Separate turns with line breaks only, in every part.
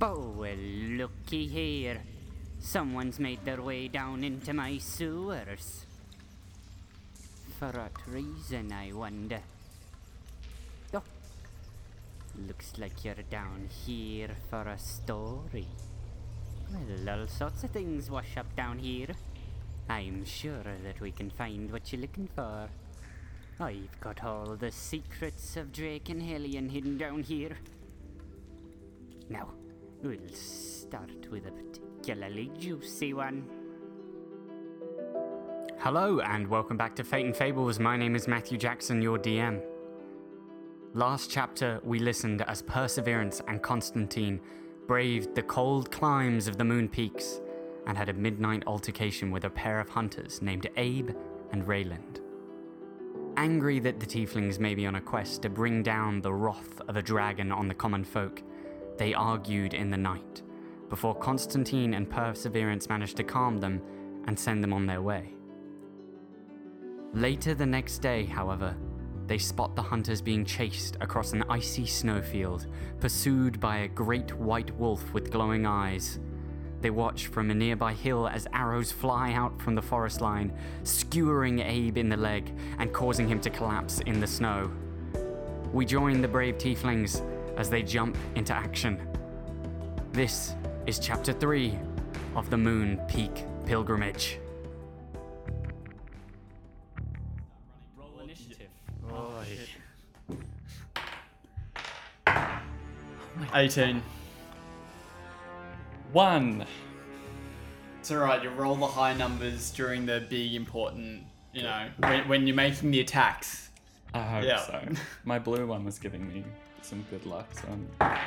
Oh, well, looky here. Someone's made their way down into my sewers. For what reason, I wonder? Oh, looks like you're down here for a story. Well, all sorts of things wash up down here. I'm sure that we can find what you're looking for. I've got all the secrets of Drake and Hellion hidden down here. Now, we'll start with a particularly juicy one. Hello, and welcome back to Fate and Fables. My name is Matthew Jackson, your DM. Last chapter, we listened as Perseverance and Constantine braved the cold climbs of the Moon Peaks and had a midnight altercation with a pair of hunters named Abe and Rayland. Angry that the tieflings may be on a quest to bring down the wrath of a dragon on the common folk, they argued in the night, before Constantine and Perseverance managed to calm them and send them on their way. Later the next day, however, they spot the hunters being chased across an icy snowfield, pursued by a great white wolf with glowing eyes. They watch from a nearby hill as arrows fly out from the forest line, skewering Abe in the leg and causing him to collapse in the snow. We join the brave tieflings as they jump into action. This is chapter 3 of the Moon Peak Pilgrimage.
Roll initiative.
Oh,
18. One.
It's alright, you roll the high numbers during the big important, you know, when, when you're making the attacks.
I hope
Yeah.
so. My blue one was giving me some good luck, so I'm...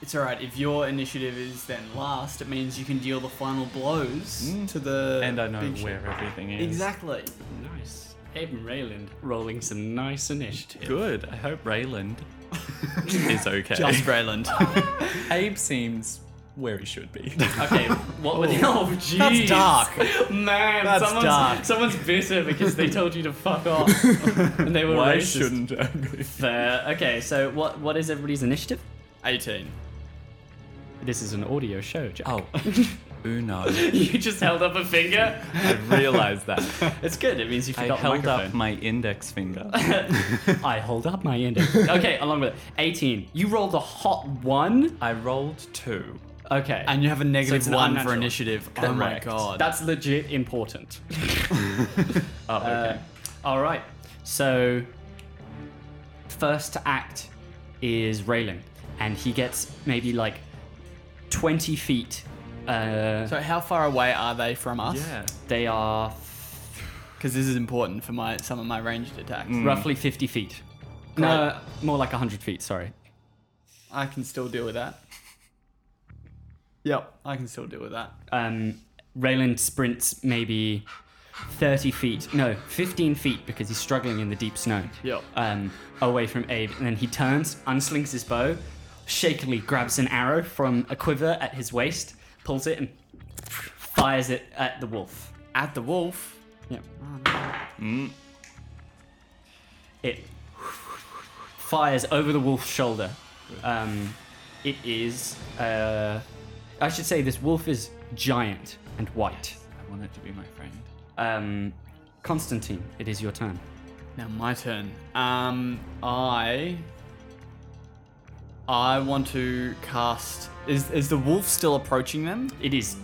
It's alright, if your initiative is then last, it means you can deal the final blows to the.
Mm. and I know
big
where
ship.
everything is.
Exactly.
Nice. Aiden Rayland rolling some nice initiative.
Good. I hope Rayland is okay.
Just Brayland.
Abe seems where he should be.
Okay, what were the. Oh, jeez.
That's dark.
Man,
That's
someone's,
dark.
someone's bitter because they told you to fuck off. and they were
Why
racist.
shouldn't I be?
Fair. Uh, Okay, so what, what is everybody's initiative?
18.
This is an audio show, Jack.
Oh, Uno.
you just held up a finger?
I realised that.
It's good, it means you
I
forgot the
held up
microphone.
my index finger.
I hold up my ending. okay, along with it. 18. You rolled a hot one?
I rolled two.
Okay.
And you have a negative
it's an
one for
unnatural.
initiative. Oh my
Correct.
god.
That's legit important. Uh,
Oh,
Uh,
okay.
All right. So, first to act is Raylan, and he gets maybe like 20 feet. Uh,
so, how far away are they from us?
yeah.
they are
Because this is important for my some of my ranged attacks.
roughly 50 feet. No, more like 100 feet, sorry.
I can still deal with that. Yep, I can still deal with that.
Um, Raylan sprints maybe 30 feet, no, 15 feet because he's struggling in the deep snow.
Yep.
um, away from Abe, and then he turns, unslings his bow, shakily grabs an arrow from a quiver at his waist, pulls it, and fires it at the wolf.
At the wolf.
Yeah. It fires over the wolf's shoulder. Um, it is. Uh, I should say this wolf is giant and white.
I want it to be my friend.
Um, Constantine, it is your turn.
Now my turn. Um, I. I want to cast. Is is the wolf still approaching them?
It is.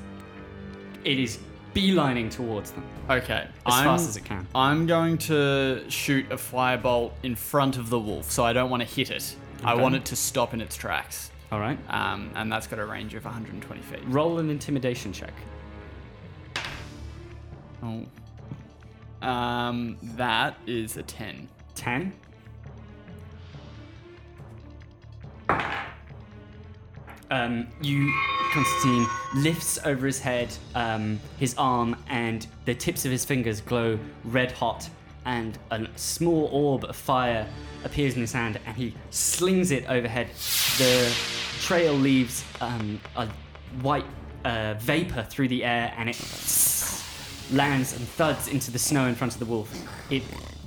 It is beelining towards them.
Okay.
As fast as it can.
I'm going to shoot a firebolt in front of the wolf, so I don't want to hit it. I
Okay.
want it to stop in its tracks.
All right. Uh,
Um, and that's got a range of 120 feet.
Roll an intimidation check.
Oh. Um, that is a 10.
10. Um, you, Constantine, lifts over his head um, his arm, and the tips of his fingers glow red hot, and a small orb of fire appears in his hand, and he slings it overhead. The trail leaves um, a white uh, vapor through the air, and it lands and thuds into the snow in front of the wolf. It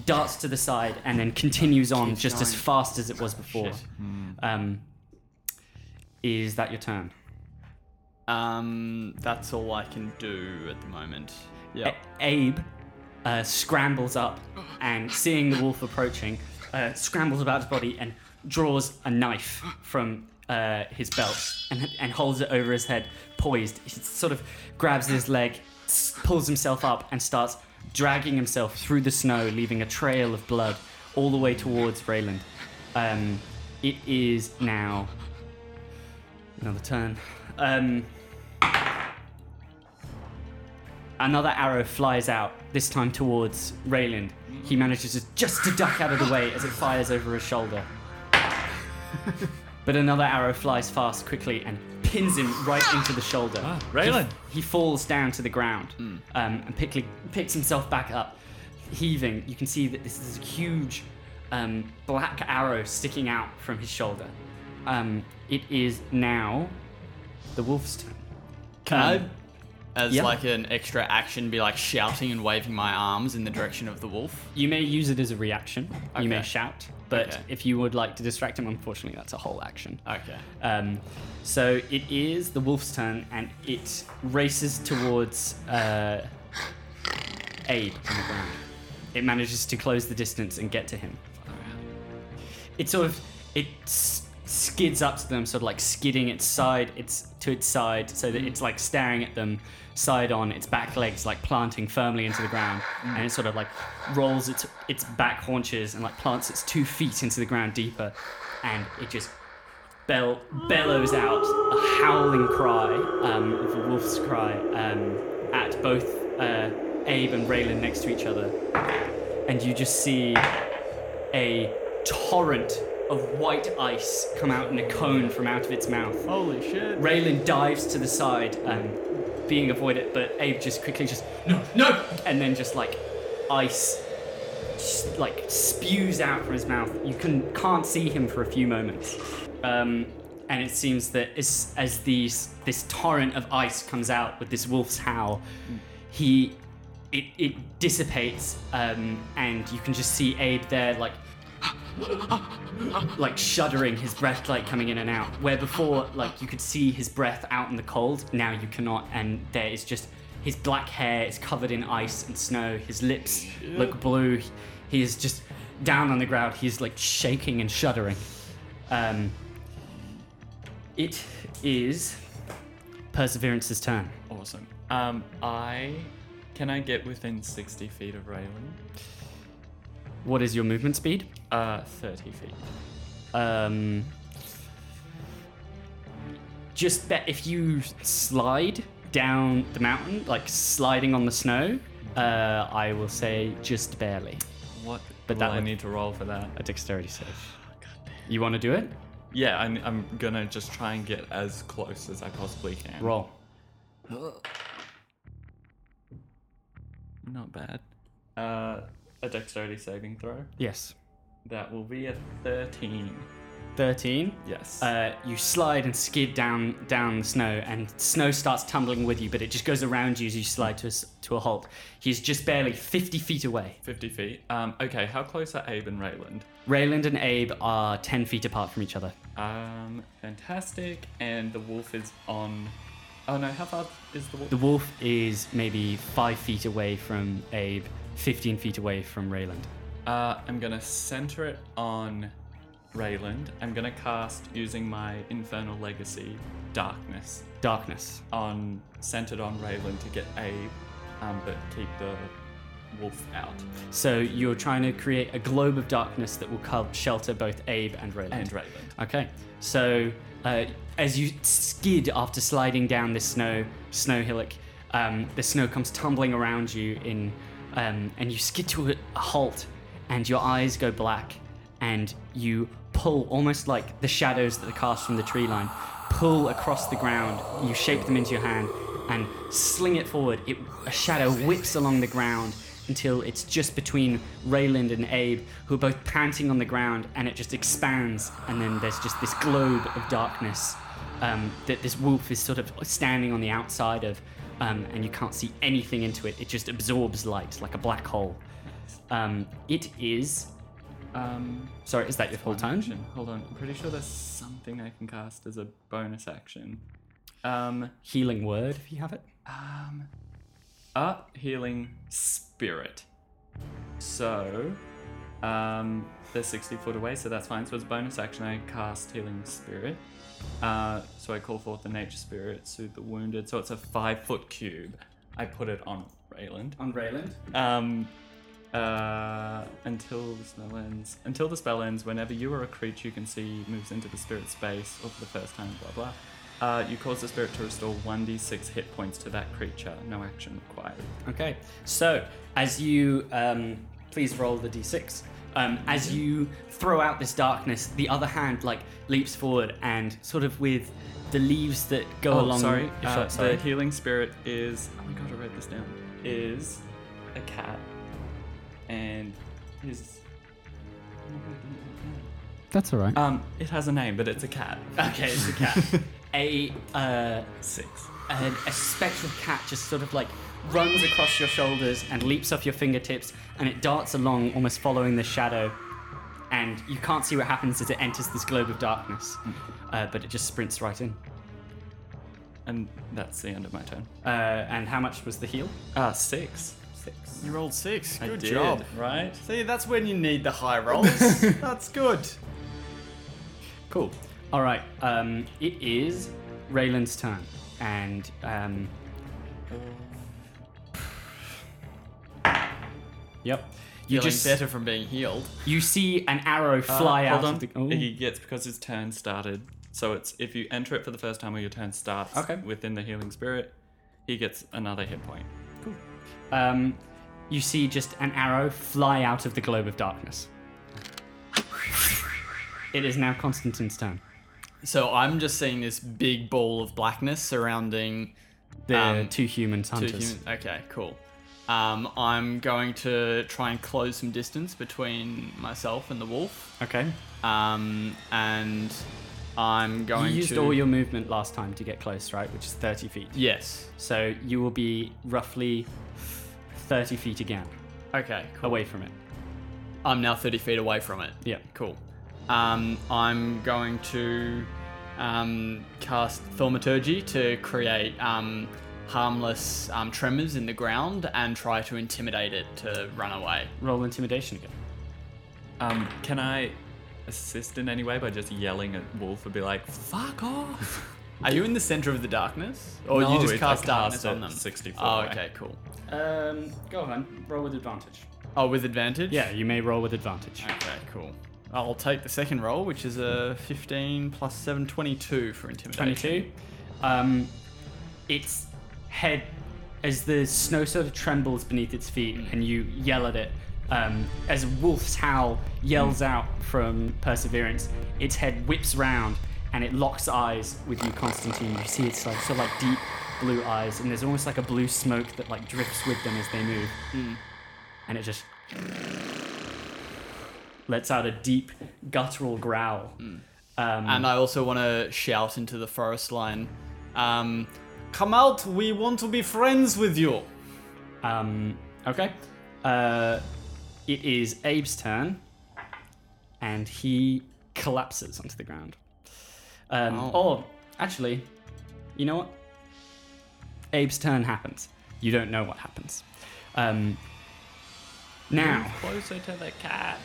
darts to the side, and then continues on just as
going.
fast as it was before. Um, is that your turn?
Um, that's all I can do at the moment. Yeah.
A- Abe uh, scrambles up and seeing the wolf approaching, uh, scrambles about his body and draws a knife from uh, his belt and, and holds it over his head, poised. He sort of grabs his leg, s- pulls himself up, and starts dragging himself through the snow, leaving a trail of blood all the way towards Rayland. Um, it is now another turn. Um, Another arrow flies out, this time towards Rayland. He manages to- just to duck out of the way as it fires over his shoulder. but another arrow flies fast, quickly, and pins him right into the shoulder.
Raylan.
He falls down to the ground
Hmm.
um, and pickly, picks himself back up, heaving. You can see that this is a huge um, black arrow sticking out from his shoulder. Um, it is now the wolf's turn.
Can
Um,
I, as
yeah.
like an extra action, be like shouting and waving my arms in the direction of the wolf?
You may use it as a reaction. You may
Okay.
shout, but
Okay.
if you would like to distract him, unfortunately, that's a whole action.
Okay.
Um, so it is the wolf's turn, and it races towards uh, Abe on the ground. It manages to close the distance and get to him. It sort of it s- skids up to them, sort of like skidding its side, its to its side, so that it's like staring at them side on, its back legs like planting firmly into the ground, and it sort of like rolls its its back haunches and like plants its two feet into the ground deeper, and it just bell- bellows out a howling cry, um, of a wolf's cry, um, at both uh, Abe and Raylan next to each other. And you just see a torrent of white ice come out in a cone from out of its mouth.
Holy shit.
Raylan dives to the side, um, being avoided, but Abe just quickly just, no, no! And then just like ice. Just, like spews out from his mouth. You can can't see him for a few moments, um, and it seems that as, as these this torrent of ice comes out with this wolf's howl, he it, it dissipates, um, and you can just see Abe there like like shuddering, his breath like coming in and out. Where before, like you could see his breath out in the cold, now you cannot, and there is just his black hair is covered in ice and snow. His lips look blue. He is just down on the ground. He's like shaking and shuddering. Um, it is Perseverance's turn.
Awesome. Um, I can I get within sixty feet of Raylan?
What is your movement speed?
Uh, thirty feet.
Um, just bet if you slide down the mountain, like sliding on the snow, uh, I will say just barely.
What?
But
But
that
that I
would-
need to roll for that.
A dexterity save. You want to do it?
Yeah, I'm, I'm gonna just try and get as close as I possibly can.
Roll.
Not bad. Uh, a dexterity saving throw.
Yes.
That will be a thirteen.
13.
Yes.
Uh, you slide and skid down down the snow, and snow starts tumbling with you, but it just goes around you as you slide to a, s- to a halt. He's just barely 50 feet away.
Fifty feet. Um, okay. How close are Abe and Rayland?
Rayland and Abe are 10 feet apart from each other.
Um, fantastic. And the wolf is on. Oh no, how far is the wolf?
The wolf is maybe five feet away from Abe, 15 feet away from Rayland.
Uh, I'm gonna center it on Rayland. I'm gonna cast using my Infernal Legacy Darkness
Darkness.
on centered on Rayland to get Abe, um, but keep the wolf out
So you're trying to create a globe of darkness that will co- shelter both Abe and Rayland.
and Rayland.
Okay. So uh, as you skid after sliding down this snow snow hillock, um, the snow comes tumbling around you in, um, and you skid to a, a halt, and your eyes go black, and you pull almost like the shadows that are cast from the tree line, pull across the ground. You shape them into your hand and sling it forward. It, a shadow whips along the ground until it's just between Rayland and Abe, who are both panting on the ground, and it just expands, and then there's just this globe of darkness um, that this wolf is sort of standing on the outside of, um, and you can't see anything into it. It just absorbs light like a black hole. Um, it is.
Um,
Sorry, is that your full time?
action. Hold on. I'm pretty sure there's something I can cast as a bonus action. Um,
Healing word, if you have it.
um, up healing spirit. So, um, they're 60 foot away, so that's fine. So as bonus action, I cast healing spirit. Uh, so I call forth the nature spirit, soothe the wounded. So it's a five foot cube. I put it on Rayland.
On Rayland.
Um, uh, until the spell ends. Until the spell ends, whenever you or a creature you can see moves into the spirit space, or for the first time, blah blah, uh, you cause the spirit to restore 1d6 hit points to that creature. No action required.
Okay. So as you um, please roll the d6. Um, as
Mm-hmm.
you throw out this darkness, the other hand like leaps forward and sort of with the leaves that go
Oh,
along.
sorry.
your
Uh,
shot, sorry.
The healing spirit is. Oh my god, I wrote this down. Is a cat, and his. oh my God, I didn't write it down.
That's all right.
Uh,
Um, it has a name, but it's a cat.
Okay, it's a cat. a uh,
Six.
an, a spectral cat just sort of like runs across your shoulders and leaps off your fingertips and it darts along almost following the shadow and you can't see what happens as it enters this globe of darkness
Mm.
uh, but it just sprints right in
And that's the end of my turn.
uh, and how much was the heal
Ah, six.
six
You rolled six.
I
Good
did,
job.
Right?
See, that's when you need the high rolls. that's good.
cool all right um, it is raylan's turn and um, yep you
Feeling
just
better from being healed.
you see an arrow fly
Uh,
out
hold on.
of the oh.
He gets because his turn started. So it's if you enter it for the first time or your turn starts
Okay.
within the healing spirit, he gets another hit point.
um, you see just an arrow fly out of the globe of darkness. It is now Constantine's turn.
So I'm just seeing this big ball of blackness surrounding
The
Um,
two humans
two
hunters.
human- Okay, cool. Um, I'm going to try and close some distance between myself and the wolf.
Okay.
Um, and I'm
You
going
used
to.
all your movement last time to get close, right? Which is 30 feet.
Yes.
So you will be roughly 30 feet again
Okay, cool.
away from it.
I'm now 30 feet away from it.
Yeah.
Cool. Um, I'm going to um, cast Thaumaturgy to create um, harmless um, tremors in the ground and try to intimidate it to run away.
Roll intimidation again.
Um, can I assist in any way by just yelling at Wolf and be like, "Fuck off"?
Are you in the center of the darkness? Or
No,
you just
if I
cast
cast
darkness
it
on them?
60 foot
Oh,
away.
okay, cool.
Um, go on. Roll with advantage.
Oh, with advantage?
Yeah, you may roll with advantage.
Okay, cool. I'll take the second roll, which is a 15 plus 7, 22 for intimidation.
22. Um, its head, as the snow sort of trembles beneath its feet, and you yell at it, um, as a wolf's howl yells out from perseverance, its head whips round and it locks eyes with you, Constantine. You see its like sort of like deep blue eyes, and there's almost like a blue smoke that like drifts with them as they move, and it just lets out a deep guttural growl. Um,
And I also want to shout into the forest line um, Come out, we want to be friends with you.
Um, okay. Uh, it is Abe's turn, and he collapses onto the ground. Um,
Oh.
Or, actually, you know what? Abe's turn happens. You don't know what happens. Um, now,
Closer to the cat.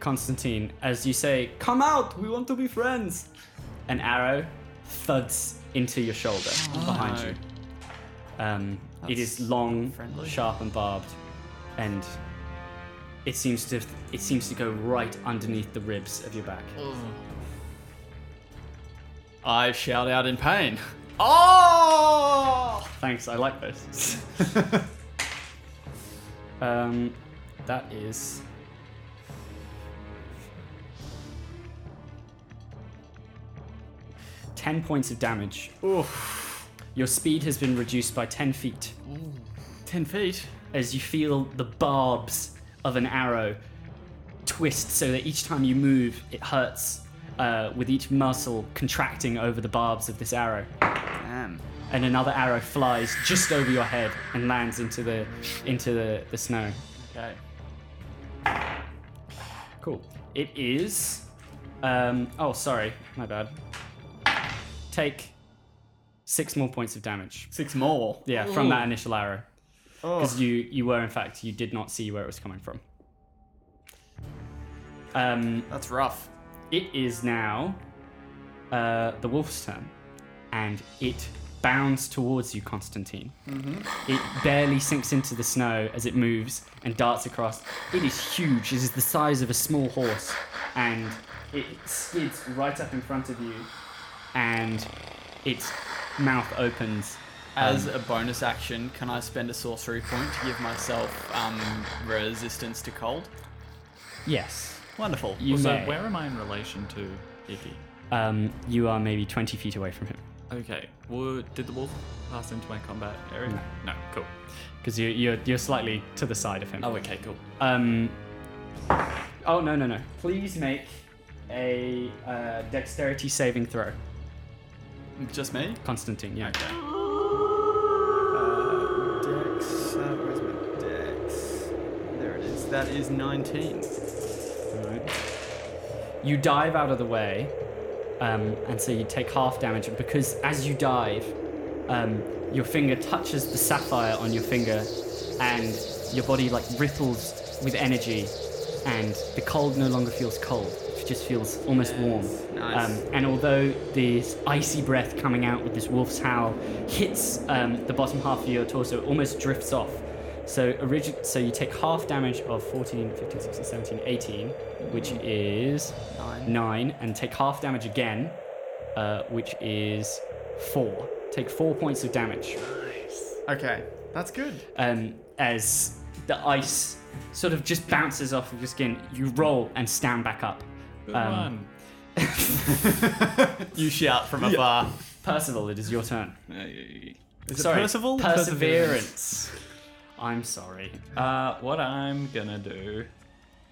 Constantine, as you say, Come out, we want to be friends! An arrow thuds into your shoulder behind you. Um, it is long,
friendly.
sharp, and barbed, and it seems to it seems to go right underneath the ribs of your back.
I shout out in pain. Oh!
Thanks, I like those. um, that is. Ten points of damage. Your speed has been reduced by ten feet.
10 feet.
as you feel the barbs of an arrow twist so that each time you move, it hurts, uh, with each muscle contracting over the barbs of this arrow.
Damn.
and another arrow flies just over your head and lands into the into the, the snow.
Okay.
Cool. It is. Um, oh, sorry, my bad. Take six more points of damage.
Six more. Oh,
Yeah, from that initial arrow, because you you were in fact you did not see where it was coming from. Um,
That's rough.
it is now uh, the wolf's turn, and it bounds towards you, Constantine. It barely sinks into the snow as it moves and darts across. It is huge. It is the size of a small horse, and it skids right up in front of you, and its mouth opens. Um,
As a bonus action, can I spend a sorcery point to give myself um, resistance to cold?
Yes,
Wonderful.
you
Also,
may.
where am I in relation to Iggy?
Um, you are maybe twenty feet away from him
Okay. Well, did the wolf pass into my combat area? No. Cool.
because you, you're you're slightly to the side of him.
Oh, okay. Cool.
Um. Oh no no no! Please make a uh, dexterity saving throw,
Just me?
Constantine. Yeah.
Okay.
Dex. Uh, where's my Dex? There it is. That is 19.
Alright. You dive out of the way, um, and so you take half damage. And because as you dive, um, your finger touches the sapphire on your finger, and your body like ripples with energy, and the cold no longer feels cold. It just feels almost warm.
Nice.
Um, and although this icy breath coming out with this wolf's howl hits um, the bottom half of your torso, it almost drifts off. So origi- so you take half damage of 14, 15, 16, 17, 18,
Mm.
which is
Nine.
9, and take half damage again, uh, which is 4. Take 4 points of damage
Okay. That's good.
um, as the ice sort of just bounces off of your skin. You roll and stand back up.
Good
Um,
one.
You shout from afar.
Percival, it is your turn.
Hey.
Is
Sorry,
Percival?
Perseverance. I'm sorry.
Uh, what I'm gonna do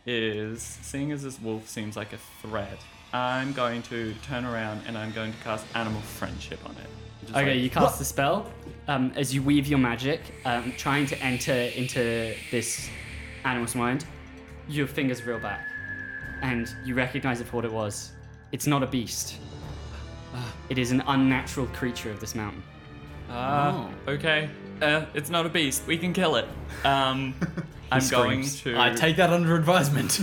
is, seeing as this wolf seems like a threat, I'm going to turn around and I'm going to cast Animal Friendship on it. Just
Okay,
like-
you cast the spell um, as you weave your magic, um, trying to enter into this animal's mind. Your fingers reel back, and you recognize it for what it was. It's not a beast. It is an unnatural creature of this mountain.
Ah, okay. Uh, it's not a beast. We can kill it. Um, I'm going
screams.
to.
I take that under advisement.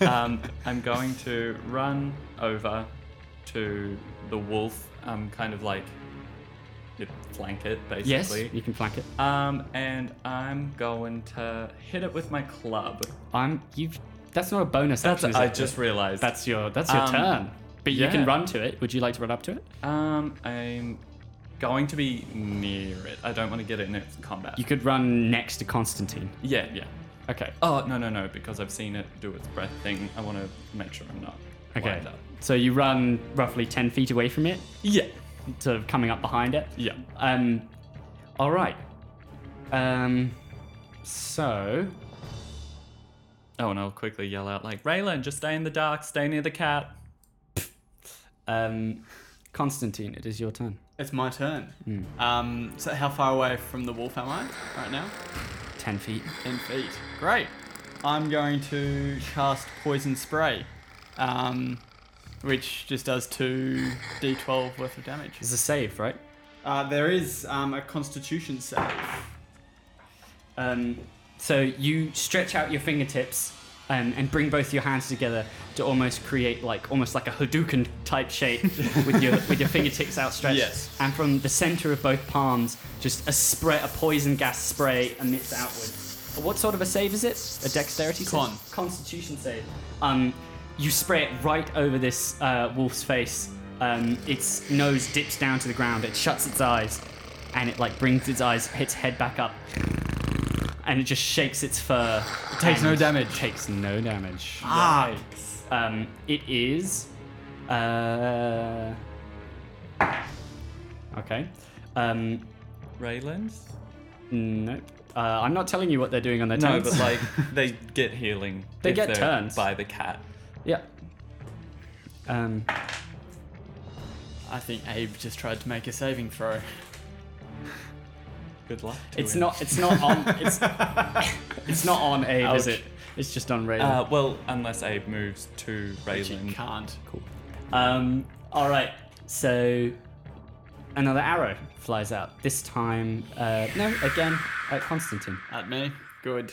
um, I'm going to run over to the wolf, um, kind of like you flank it,
Yes,
basically.
you can flank it.
Um, and I'm going to hit it with my club.
I'm you've. That's not a bonus.
That's
action, is
I
it?
just realized.
That's your. That's your
Um,
turn. But you can
yeah.
run to it. Would you like to run up to it?
um, I'm going to be near it. I don't want to get in its combat.
You could run next to Constantine.
yeah, yeah.
Okay.
Oh no no no! Because I've seen it do its breath thing. I want to make sure I'm not.
Okay.
lined up.
So you run roughly ten feet away from it.
Yeah.
sort of coming up behind it.
Yeah.
Um, all right. Um, so
Oh, and I'll quickly yell out like, Raylan, just stay in the dark. Stay near the cat.
um, Constantine, it is your turn.
it's my turn. Um, so how far away from the wolf am I right now?
Ten feet.
10 feet. Great. I'm going to cast Poison Spray, um, which just does 2d12 worth of damage.
It's a save, right?
Uh, there is um, a Constitution save.
Um, so you stretch out your fingertips um, and bring both your hands together to almost create like almost like a Hadouken type shape with your with your fingertips outstretched.
Yes.
And from the center of both palms, just a spray, a poison gas spray emits outwards. What sort of a save is it? A dexterity save?
Con.
Constitution save. Um, you spray it right over this uh, wolf's face. Um, its nose dips down to the ground. It shuts its eyes, and it like brings its eyes, its head back up, and it just shakes its fur. It
takes no damage.
Takes no damage.
Ah!
Um, it is. Uh, okay. Um,
Raylan?
nope. Uh, I'm not telling you what they're doing on their
No,
turns.
but like they get healing.
They
if
get
they're
turns.
by the cat.
yeah. Um,
I think Abe just tried to make a saving throw.
Good luck. to
It's
him.
not. It's not on. It's, it's not on Abe, is
Ouch.
it? It's just on Raven.
Uh, well, unless Abe moves to
Which you
Raylan.
can't. Cool.
Um, all right, so another arrow flies out. This time, uh, no, again at Constantine.
At me. Good.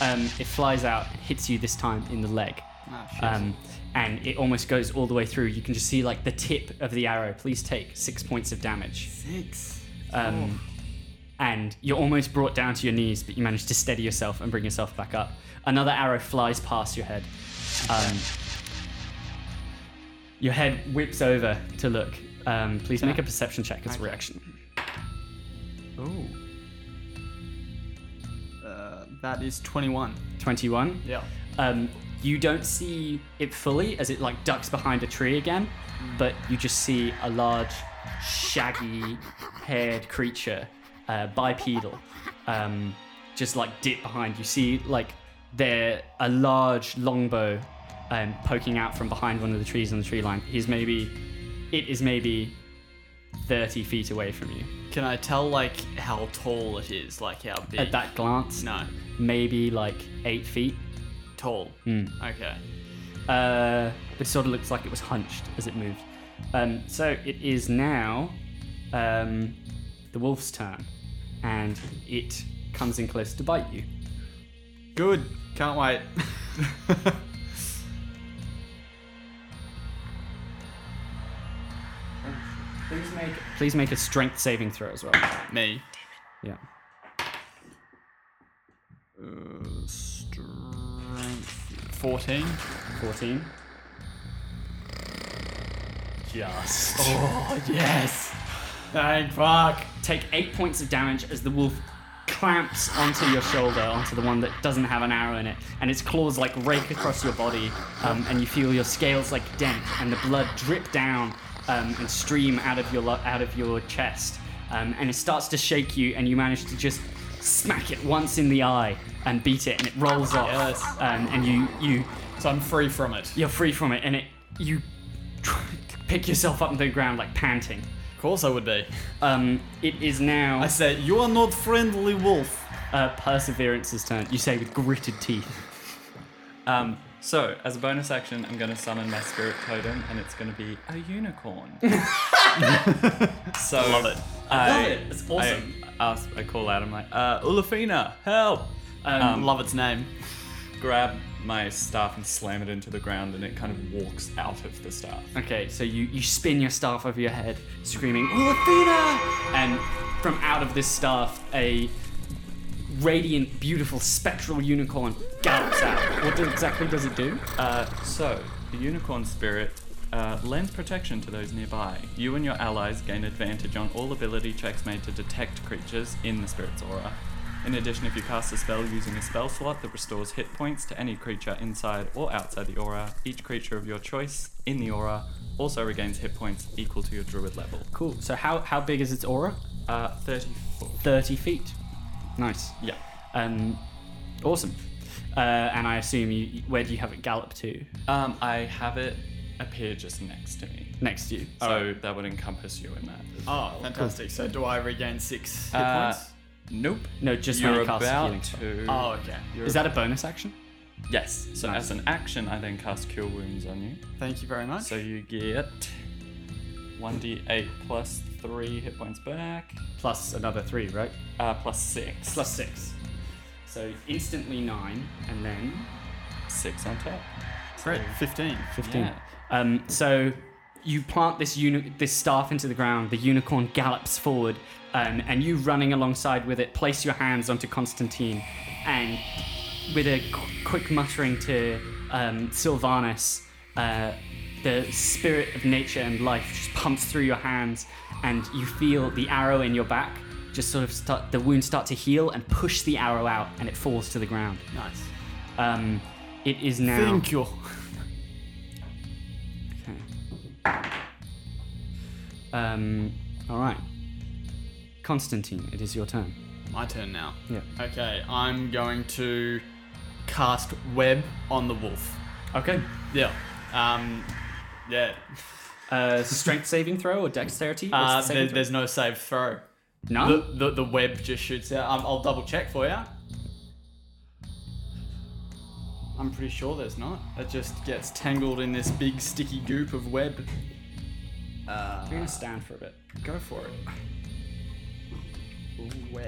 Um, it flies out, hits you this time in the leg,
Ah, shit.
um, and it almost goes all the way through. You can just see like the tip of the arrow. Please take six points of damage.
Six.
Um, And you're almost brought down to your knees, but you manage to steady yourself and bring yourself back up. Another arrow flies past your head. Um, your head whips over to look. Um, please make a perception check as a reaction.
Oh.
Uh, that is 21.
21.
Yeah.
Um, you don't see it fully as it like ducks behind a tree again,
Mm.
but you just see a large, shaggy haired creature, uh, bipedal, um, just like dip behind. You see like there a large longbow um, poking out from behind one of the trees on the tree line. He's maybe, it is maybe 30 feet away from you.
Can I tell, like, how tall it is? Like, how big?
At that glance,
No.
maybe like eight feet.
Tall. Okay.
Uh, it sort of looks like it was hunched as it moved. Um, so it is now um, the wolf's turn, and it comes in close to bite you.
Good. Can't wait.
Please make please make a strength saving throw as well.
me.
Yeah.
Uh, strength. 14.
14.
Just. Oh, yes. Thank fuck.
Take 8 points of damage as the wolf clamps onto your shoulder, onto the one that doesn't have an arrow in it, and its claws like rake across your body, um, and you feel your scales like dent, and the blood drip down um, and stream out of your lo- out of your chest, um, and it starts to shake you, and you manage to just smack it once in the eye and beat it, and it rolls off,
Yes.
um, and you you
So I'm free from it.
you're free from it, and it you pick yourself up on the ground like panting.
Of course I would be.
Um, it is now.
I say, you are not friendly, wolf.
uh, Perseverance's turn. You say with gritted teeth.
Um, so, as a bonus action, I'm going to summon my spirit totem, and it's going to be a unicorn. so
Love it.
I,
love it. It's awesome.
I, ask, I call out. I'm like, uh, Ulafina, help!
Um,
Um,
Love its name.
grab my staff and slam it into the ground, and it kind of walks out of the staff.
okay, so you, you spin your staff over your head, screaming, Ulafina! And from out of this staff, a radiant, beautiful, spectral unicorn gallops out. What do- exactly does it do?
Uh, so, the unicorn spirit uh, lends protection to those nearby. You and your allies gain advantage on all ability checks made to detect creatures in the spirit's aura. In addition, if you cast a spell using a spell slot that restores hit points to any creature inside or outside the aura, each creature of your choice in the aura also regains hit points equal to your druid level.
Cool. So how, how big is its aura?
Uh, 34.
30 feet. Nice.
Yeah.
Um, awesome. Uh, and I assume you, where do you have it gallop to?
Um, I have it appear just next to me.
Next to you.
So that would encompass you in that. as
Oh,
well.
fantastic. So do I regain six hit
Uh,
points?
Nope.
No, just when
You're
it casts a healing
about
spell.
to.
Oh, okay.
Is that a bonus action?
Yes. So
Nice.
as an action, I then cast Cure Wounds on you.
Thank you very much.
So you get 1d8 plus 3 hit points back,
Plus another three, right?
uh, plus 6.
plus six. So instantly nine, and then
6 on top.
Great. 15.
fifteen.
Yeah.
Um, so you plant this uni- this staff into the ground. The unicorn gallops forward, um, and you running alongside with it, place your hands onto Constantine, and with a qu- quick muttering to um, Sylvanus, uh, the spirit of nature and life just pumps through your hands, and you feel the arrow in your back just sort of start the wound start to heal and push the arrow out, and it falls to the ground.
Nice.
Um, it is now.
Thank you.
Okay. Um, all right. Constantine, it is your turn.
My turn now.
Yeah.
Okay, I'm going to cast web on the wolf.
Okay.
Yeah. Um, yeah.
Uh, strength saving throw or dexterity? What's
Uh,
the saving
there,
throw?
there's no save throw.
None?
The, the, the web just shoots out. Um, I'll double check for you. I'm pretty sure there's not. It just gets tangled in this big sticky goop of web. Uh,
I'm gonna stand for a bit.
Go for it.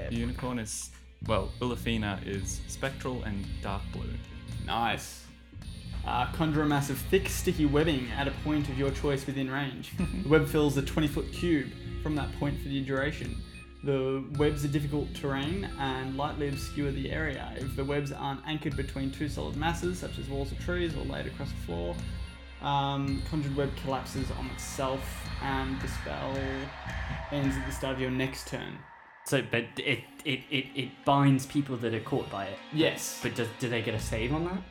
The unicorn is well, Ulafina is spectral and dark blue.
Nice. Uh, conjure a mass of thick, sticky webbing at a point of your choice within range. the web fills a 20 foot cube from that point for the duration. The webs are difficult terrain and lightly obscure the area. If the webs aren't anchored between two solid masses, such as walls or trees, or laid across the floor, um, conjured web collapses on itself and the spell ends at the start of your next turn.
So, but it, it, it, it binds people that are caught by it.
Yes.
But does, do they get a save on that?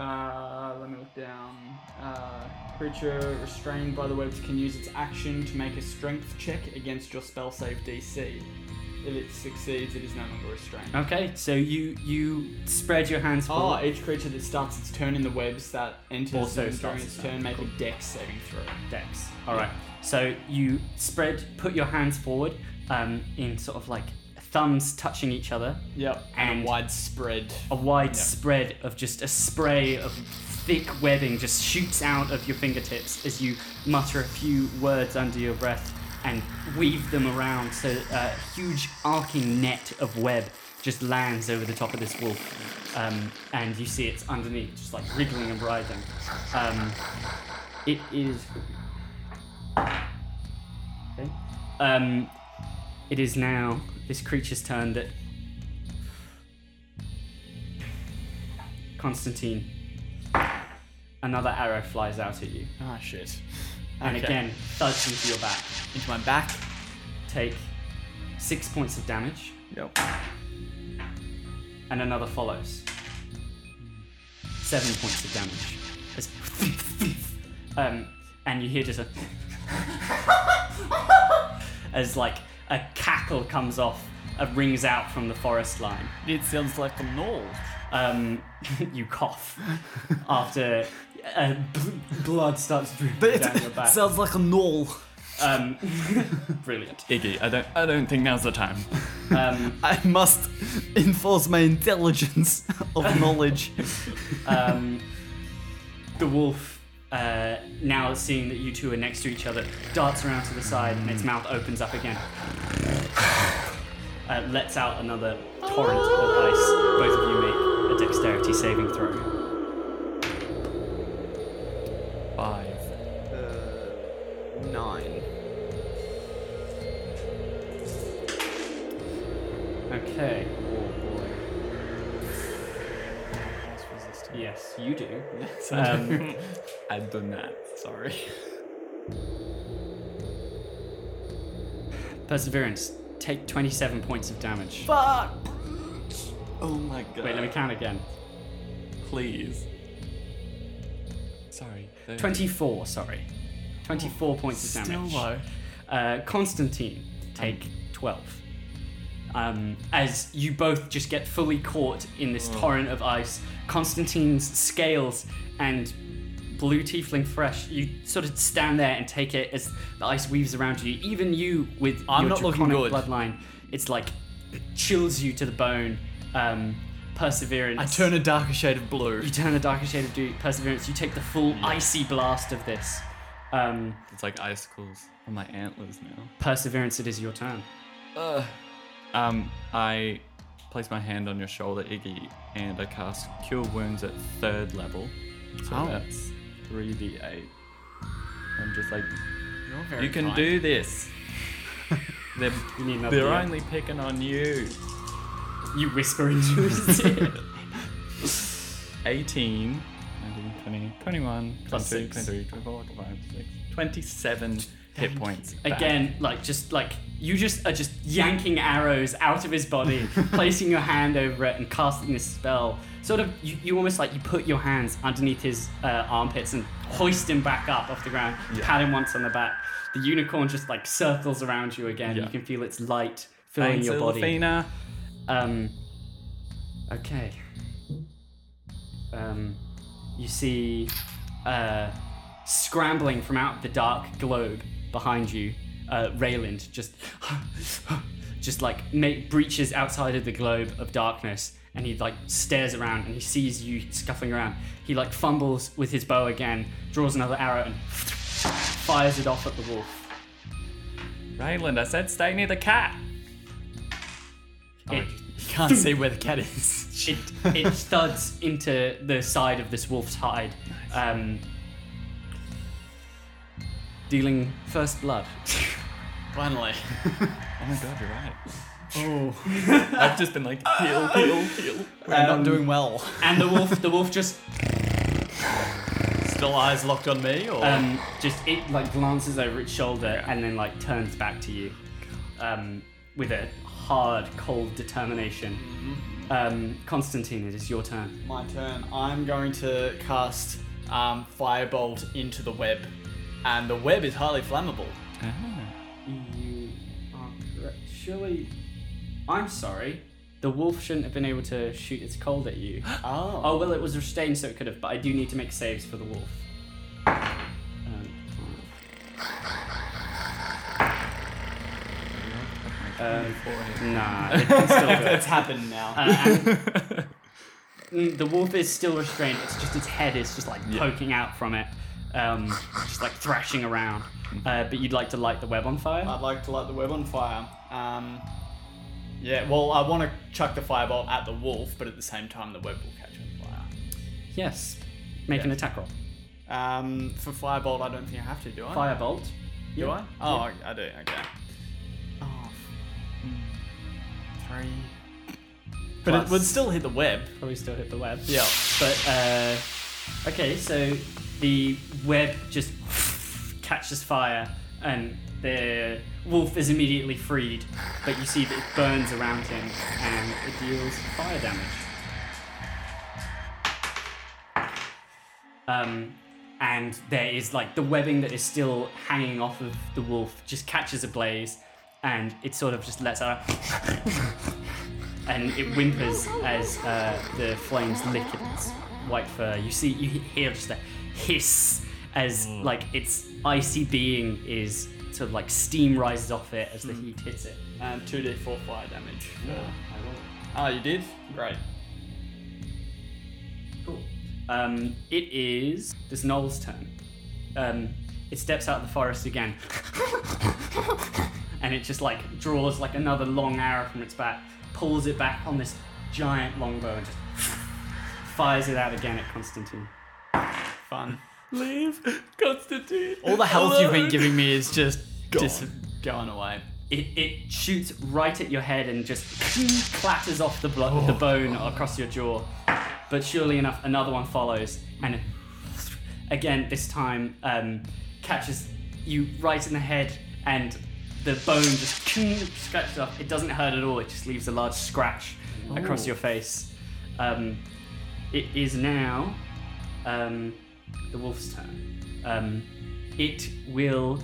Uh, let me look down. Uh, creature restrained by the webs can use its action to make a strength check against your spell save DC. If it succeeds, it is no longer restrained.
Okay, so you you spread your hands
Oh,
forward.
each creature that starts its turn in the webs that enters
Also
them during
starts
its
its
turn
turn.
make a dex saving throw.
Dex. All right. So you spread, put your hands forward, um, in sort of like thumbs touching each other,
Yep. And
And-
a widespread.
a wide spread of just a spray of thick webbing just shoots out of your fingertips as you mutter a few words under your breath and weave them around so that a huge arcing net of web just lands over the top of this wolf um, and you see it's underneath just like wriggling and writhing um, it is okay. um, it is now this creature's turn that Constantine. Another arrow flies out at you.
Ah, shit.
And
Okay.
again, thuds into your back.
Into my back.
Take six points of damage,
Yep.
and another follows. Seven points of damage. As- um, and you hear just a. as like a cackle comes off, uh, rings out from the forest line.
It sounds like a gnaw.
Um, you cough after uh, bl- blood starts dripping down your back.
sounds like a gnaw.
Um, brilliant.
Iggy, I don't I don't think now's the time.
Um,
I must enforce my intelligence of knowledge.
um, the wolf, uh, now seeing that you two are next to each other, darts around to the side and its mouth opens up again. Uh, lets out another torrent of ice. Both of you make a dexterity saving throw.
Five.
Uh, nine.
Okay.
That's resistant.
Yes, you do.
Um, I've done that. Sorry.
Perseverance, take 27 points of damage.
Fuck!
Oh my god.
Wait, let me count again.
Please. Sorry. they're
24, sorry. 24
Oh,
points of
Still
damage.
low.
Uh, Constantine, take 12. Um, as you both just get fully caught in this
Oh.
torrent of ice, Constantine's scales and blue tiefling fresh, you sort of stand there and take it as the ice weaves around you. Even you, with
I'm
your
not looking
draconic
good.
bloodline, it's like it chills you to the bone. Um, perseverance.
I turn a darker shade of blue.
You turn the darker shade of Duke, perseverance. You take the full icy blast of this. Um,
It's like icicles on my antlers now.
perseverance, it is your turn.
Um, I place my hand on your shoulder, Iggy, and I cast Cure Wounds at third level. So
Oh.
that's 3d8. I'm just like,
You're very
you can
kind.
do this. They're,
You need another.
they're
DM.
only picking on you.
You whisper into his ear.
18, 19, 20, 21,
Plus
22,
six.
23, 24, 25, 26, 27 hit points. back.
Again, like just like you just are just yanking arrows out of his body, placing your hand over it and casting this spell. Sort of, you, you almost like you put your hands underneath his uh, armpits and hoist him back up off the ground,
Yeah.
pat him once on the back. The unicorn just like circles around you again.
Yeah.
You can feel its light filling
Thanks,
Um, your body.
Ilfina.
Um. Okay. um, you see uh, scrambling from out the dark globe behind you, uh, Rayland just just like make breaches outside of the globe of darkness, and he like stares around and he sees you scuffling around. He like fumbles with his bow again, draws another arrow, and fires it off at the wolf.
Rayland, I said stay near the cat.
It,
You can't see where the cat is.
it, it thuds into the side of this wolf's hide, um, dealing first blood.
Finally.
Oh my god, you're right.
Oh,
I've just been like heal, heal, heal.
we're not doing well.
And the wolf, the wolf just
Still eyes locked on me, or
um, just it like glances over its shoulder and then like turns back to you um, with a hard, cold determination. Um, Constantine, it is your turn.
my turn. I'm going to cast um, firebolt into the web, and the web is highly flammable.
You are correct. Surely, I'm sorry. The wolf shouldn't have been able to shoot its cold at you.
Oh.
Oh well, it was restrained, so it could have. But I do need to make saves for the wolf. Um, um, nah, it can still do it.
It's Oh, happened now.
Um,
Uh, and- Mm, the wolf is still restrained. It's just its head is just like poking out from it, um, just like thrashing around. Uh, but you'd like to light the web on fire?
I'd like to light the web on fire. Um, yeah, well, I want to chuck the firebolt at the wolf, but at the same time, the web will catch on fire.
yes. Make an attack roll.
Um, for firebolt, I don't think I have to, do I?
Firebolt.
Do I? Oh, I, I do. Okay. Oh, three. But
Plus.
it would still hit the web.
Probably still hit the web.
Yeah.
But uh, okay, so the web just catches fire, and the wolf is immediately freed. But you see that it burns around him, and it deals fire damage. Um, and there is like the webbing that is still hanging off of the wolf just catches ablaze, and it sort of just lets out. and it whimpers as uh, the flames lick at its white fur. You see, you hear just a hiss as like its icy being is sort of like steam rises off it as the heat hits it.
And 2d4 fire damage.
I
Uh,
will.
Oh, you did? Great.
Cool. Um, it is this Knoll's turn. Um, it steps out of the forest again, and it just like draws like another long arrow from its back, pulls it back on this giant longbow, and just fires it out again at Constantine.
Fun.
Leave, Constantine.
All the health you've been
alone.
giving me is just dis- going away.
It, it shoots right at your head and just clatters off the, blo- the bone across your jaw. But surely enough, another one follows, and again, this time um, catches you right in the head, and the bone just scratches off. It doesn't hurt at all, it just leaves a large scratch across your face. Um, it is now um, the wolf's turn. Um, it will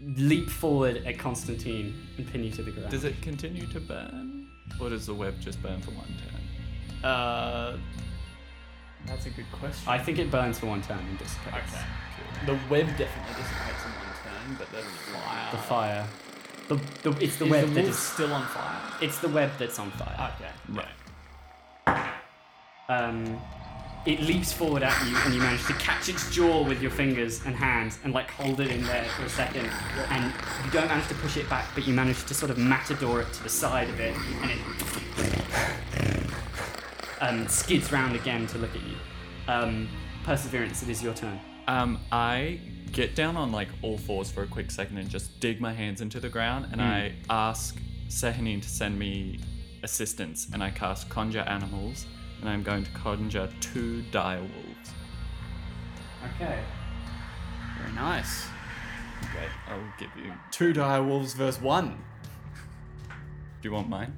leap forward at Constantine and pin you to the ground.
Does it continue to burn, or does the web just burn for one turn?
Uh, that's a good question.
I think it burns for one turn and dissipates.
okay. The web definitely dissipates in one turn, but the fire.
The fire. The, the, it's the
Is
web
the
that
wolf
is.
still on fire.
It's the web that's on fire.
Okay.
Right.
Um, it leaps forward at you, and you manage to catch its jaw with your fingers and hands, and like hold it in there for a second. And you don't manage to push it back, but you manage to sort of matador it to the side of it, and it um, skids round again to look at you. Um, perseverance, it is your turn.
Um, I get down on like all fours for a quick second and just dig my hands into the ground, and I ask Sahanin to send me assistance, and I cast conjure animals, and I'm going to conjure two dire wolves.
Okay.
Very nice.
Great. I'll give you. Do
Two dire wolves versus one.
you want mine?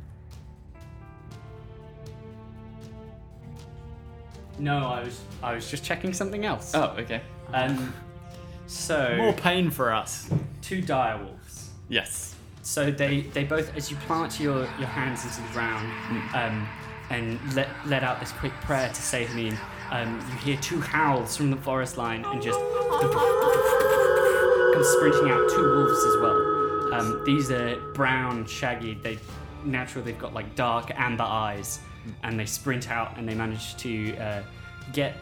No, I was I was just checking something else.
Oh, okay.
Um, so
More pain for us.
two dire wolves.
Yes.
So they, they both, as you plant your, your hands into the ground um, and let, let out this quick prayer to Sahanin, Um, you hear two howls from the forest line and just come sprinting out two wolves as well. Um, these are brown, shaggy. They natural. They've got like dark amber eyes, and they sprint out and they manage to uh, get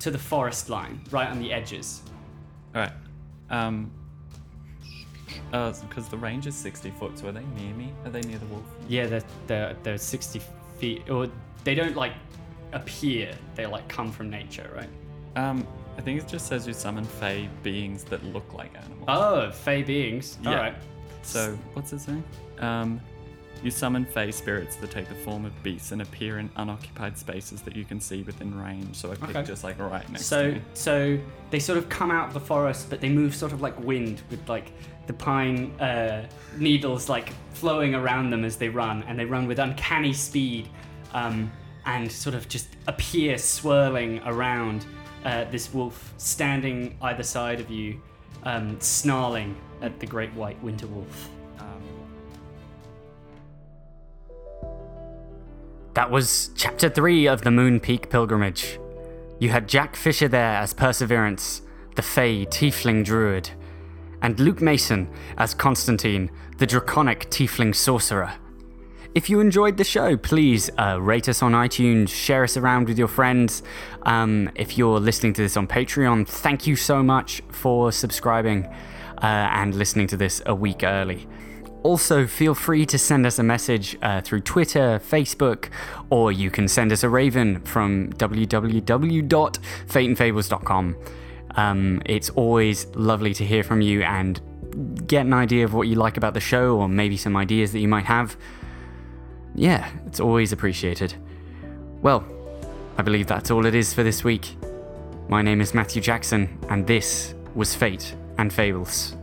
to the forest line, right on the edges.
All right. Um. Uh, because the range is sixty foot, so are they near me? Are they near the wolf?
Yeah, they're, they're, they're 60 feet, or they don't like appear, they like come from nature, right?
Um, I think it just says you summon fey beings that look like animals.
Oh, fey beings.
Yeah.
All right.
So what's it saying? Um, you summon fey spirits that take the form of beasts and appear in unoccupied spaces that you can see within range. So I picked
Okay.
just like right next. to
So,
me.
so they sort of come out of the forest, but they move sort of like wind with like the pine uh, needles like flowing around them as they run, and they run with uncanny speed um, and sort of just appear swirling around uh, this wolf standing either side of you, um, snarling at the great white winter wolf. Um, That was chapter three of the Moon Peak Pilgrimage. You had Jack Fisher there as Perseverance, the Fey Tiefling Druid, and Luke Mason as Constantine, the Draconic Tiefling Sorcerer. If you enjoyed the show, please uh, rate us on iTunes, share us around with your friends. Um, if you're listening to this on Patreon, thank you so much for subscribing uh, and listening to this a week early. Also, feel free to send us a message uh, through Twitter, Facebook, or you can send us a raven from www.fateandfables.com. Um, it's always lovely to hear from you and get an idea of what you like about the show or maybe some ideas that you might have. Yeah, it's always appreciated. Well, I believe that's all it is for this week. My name is Matthew Jackson, and this was Fate and Fables.